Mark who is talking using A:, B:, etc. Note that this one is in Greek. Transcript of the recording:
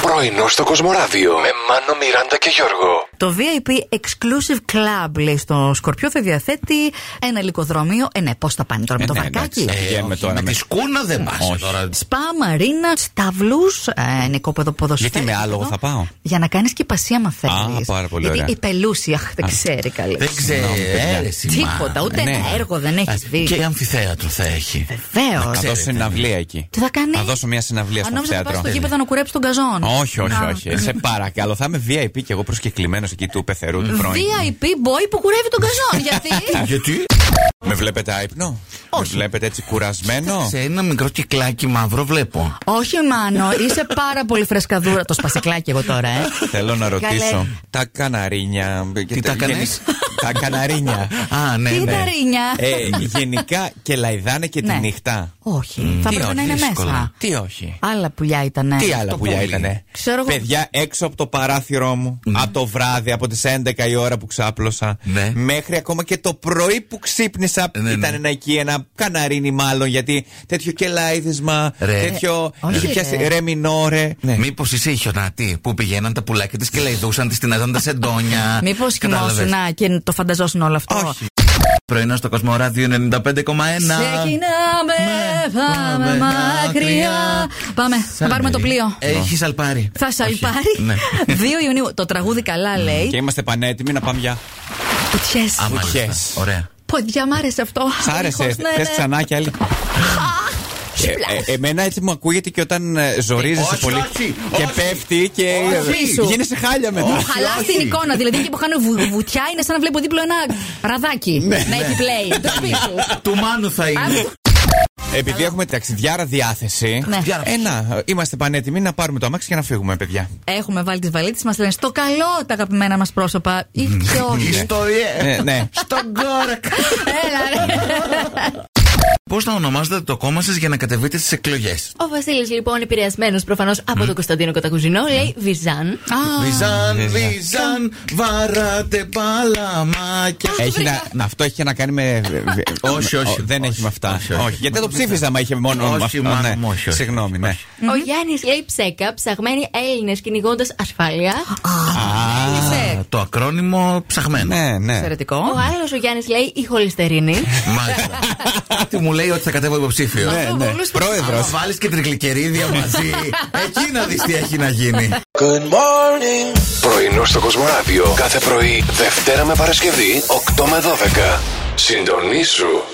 A: Πρωινό στο Κοσμοράδιο με Μάνο, Μιράντα και Γιώργο.
B: Το VIP Exclusive Club, λέει στο Σκορπιό, θα διαθέτει ένα λικοδρομείο. Ε, ναι, πώς θα πάνε τώρα με το
C: ναι,
B: βαρκάκι.
C: εντάξει. Ε,
D: Ε,
C: με
D: όχι,
C: τώρα,
D: με
C: με-
D: τη σκούνα δεν
C: όχι.
D: πας τώρα.
B: Σπα, μαρίνα, σταυλούς, νοικόπεδο ποδοσφαίρου.
C: Γιατί με άλογο θα πάω?
B: Για να κάνεις και υπασία, μα θέλει.
C: Α, πάρα πολύ
B: Γιατί
C: ωραία.
B: η πελούση, αχ, δεν ξέρει καλή.
D: Δεν ξέρεις ε,
B: Τίποτα, ούτε
C: ναι.
B: ένα έργο δεν έχεις δει. Ε.
D: Και αμφιθέατρο θα έχει.
B: Βεβαίως.
C: Θα δώσω συναυλία εκεί.
B: Τι θα κάνεις?
C: Θα δώσω μια συναυλία
B: Αν
C: στο
B: νόμιζα θα πας
C: θέατρο. Ε,
B: στο γήπεδο να κουρέψεις τον καζόν.
C: Όχι, όχι,
B: Να.
C: όχι. Ε, Σε παρακαλώ. Θα είμαι VIP και εγώ προσκεκλημένος εκεί του πεθερού του πρώην.
B: VIP boy που κουρεύει τον καζόν. Γιατί.
D: Γιατί?
C: Με βλέπετε άϊπνο. Με βλέπετε έτσι κουρασμένο.
D: Σε ένα μικρό κυκλάκι μαύρο βλέπω.
B: Όχι, Μάνο, είσαι πάρα πολύ φρεσκαδούρα. Το σπασικλάκι εγώ τώρα, ε.
C: Θέλω να
B: Καλέ.
C: ρωτήσω. Τα καναρίνια. ε, και
D: τα κάνες?
C: γενι- Τα καναρίνια.
D: Α, ναι,
B: Τι
D: ναι.
B: ταρίνια.
C: Ε, γενικά και λαϊδάνε και τη
B: Ναι.
C: νύχτα.
B: Όχι, θα
D: Τι
B: πρέπει να
D: όχι,
B: είναι
D: δύσκολα.
B: μέσα.
C: Τι όχι.
B: Άλλα πουλιά ήταν.
C: Τι άλλα
D: το
C: πουλιά
D: πολύ.
C: ήτανε.
B: Ναι. Ξέρω εγώ-
C: Παιδιά, έξω από το παράθυρό μου, από το βράδυ, από τις 11 η ώρα που ξάπλωσα,
D: Ναι.
C: μέχρι ακόμα και το πρωί που ξύπνησα,
D: Ναι, ναι.
C: ήταν ένα εκεί, ένα καναρίνι μάλλον, γιατί τέτοιο κελάιδισμα,
D: Ρε.
C: τέτοιο.
B: Ε, όχι,
C: είχε πιάσει
B: ρε.
C: ρε μινόρε. Ναι.
D: Μήπω Ε. είσαι η χιονάτη που πηγαίναν τα πουλάκια της και λαϊδούσαν, της τεινάζαν τα σεντόνια.
B: Μήπως
D: Κατάλαβες.
B: κοιμόσουν να, και το φανταζόσουν όλο αυτό.
C: Όχι.
D: Πρωινό στο Κοσμοράδιο 95,1.
B: Ξεκινάμε,
D: Ναι.
B: Ε, πάμε μακριά. Πάμε, θα πάρουμε το πλοίο.
D: Έχει σαλπάρει.
B: Θα σαλπάρει.
D: Ε, Όχι. Ναι.
B: 2 Ιουνίου. Το τραγούδι καλά
C: Και
B: λέει.
C: είμαστε πανέτοιμοι να πάμε για.
B: Πουτιές.
D: Α, μάλιστα.
C: Πουτιές.
D: Ωραία.
B: Ποδιά, μ' άρεσε αυτό.
C: Σ' άρεσε,
B: Άρχος, ναι,
C: θε
B: ναι.
C: ξανά κι άλλη. Ε, ε, εμένα έτσι μου ακούγεται και όταν ε, ζορίζεσαι
D: Όχι,
C: πολύ
D: όχι,
C: και
D: όχι.
C: πέφτει και ε,
B: Όχι σου.
C: γίνεσαι χάλια μετά.
B: Μου χαλά
D: όχι.
B: την εικόνα. Δηλαδή εκεί που χάνω βου- βουτιά είναι σαν να βλέπω δίπλα ένα ραδάκι να επιπλέει. Το
D: Ναι.
B: σπίτι σου.
D: Του μάνου θα είναι.
C: Επειδή έχουμε ταξιδιάρα διάθεση.
B: Ναι.
C: Ε, να, είμαστε πανέτοιμοι να πάρουμε το αμάξι και να φύγουμε, παιδιά.
B: Έχουμε βάλει τις βαλίτσες μας, λένε στο καλό τα αγαπημένα μας πρόσωπα. Ή και όχι.
C: Ε, ναι.
D: Στον κόρακ.
B: Έλα, ρε.
D: Πώς θα ονομάζετε το κόμμα σας για να κατεβείτε στις εκλογές.
E: Ο Βασίλης, λοιπόν, επηρεασμένος προφανώς από τον Κωνσταντίνο Κατακουζινό, λέει Βιζάν.
B: 아,
D: Βυζάν,
C: Βυζάν.
D: βυζάν, βαράτε παλαμάκια.
C: Ε, Έχει να, να- αυτό έχει να κάνει με.
D: Όχι,
C: με-
D: όχι.
C: ο- Δεν
D: Όχι,
C: έχει με αυτά.
D: όχι, όχι.
C: Γιατί δεν το ψήφιζα, μα είχε μόνο.
D: Όχι,
C: με αυτό,
D: μάνα
C: ναι.
D: μου, όχι, όχι.
C: Συγγνώμη, ναι.
E: Ο Γιάννης λέει ψέκα, ψαγμένοι Έλληνες κυνηγώντας ασφάλεια.
D: Α, Ναι. Το ακρόνιμο ψαχμένο.
C: Ναι, ναι.
E: Ο
B: Εξαιρετικό.
E: άλλος ο Γιάννης λέει η χολυστερίνη.
D: Μάλιστα. Κάτι μου λέει ότι θα κατέβω υποψήφιο.
C: Ναι, ναι.
E: πολλούς-
D: Θα
C: Πρόεδρο.
D: βάλεις και τριγλικερίδια μαζί. Εκεί να δεις τι έχει να γίνει.
A: Πρωινό στο Κοσμοράδιο κάθε πρωί, Δευτέρα με Παρασκευή, 8 με 12. Συντονίσου.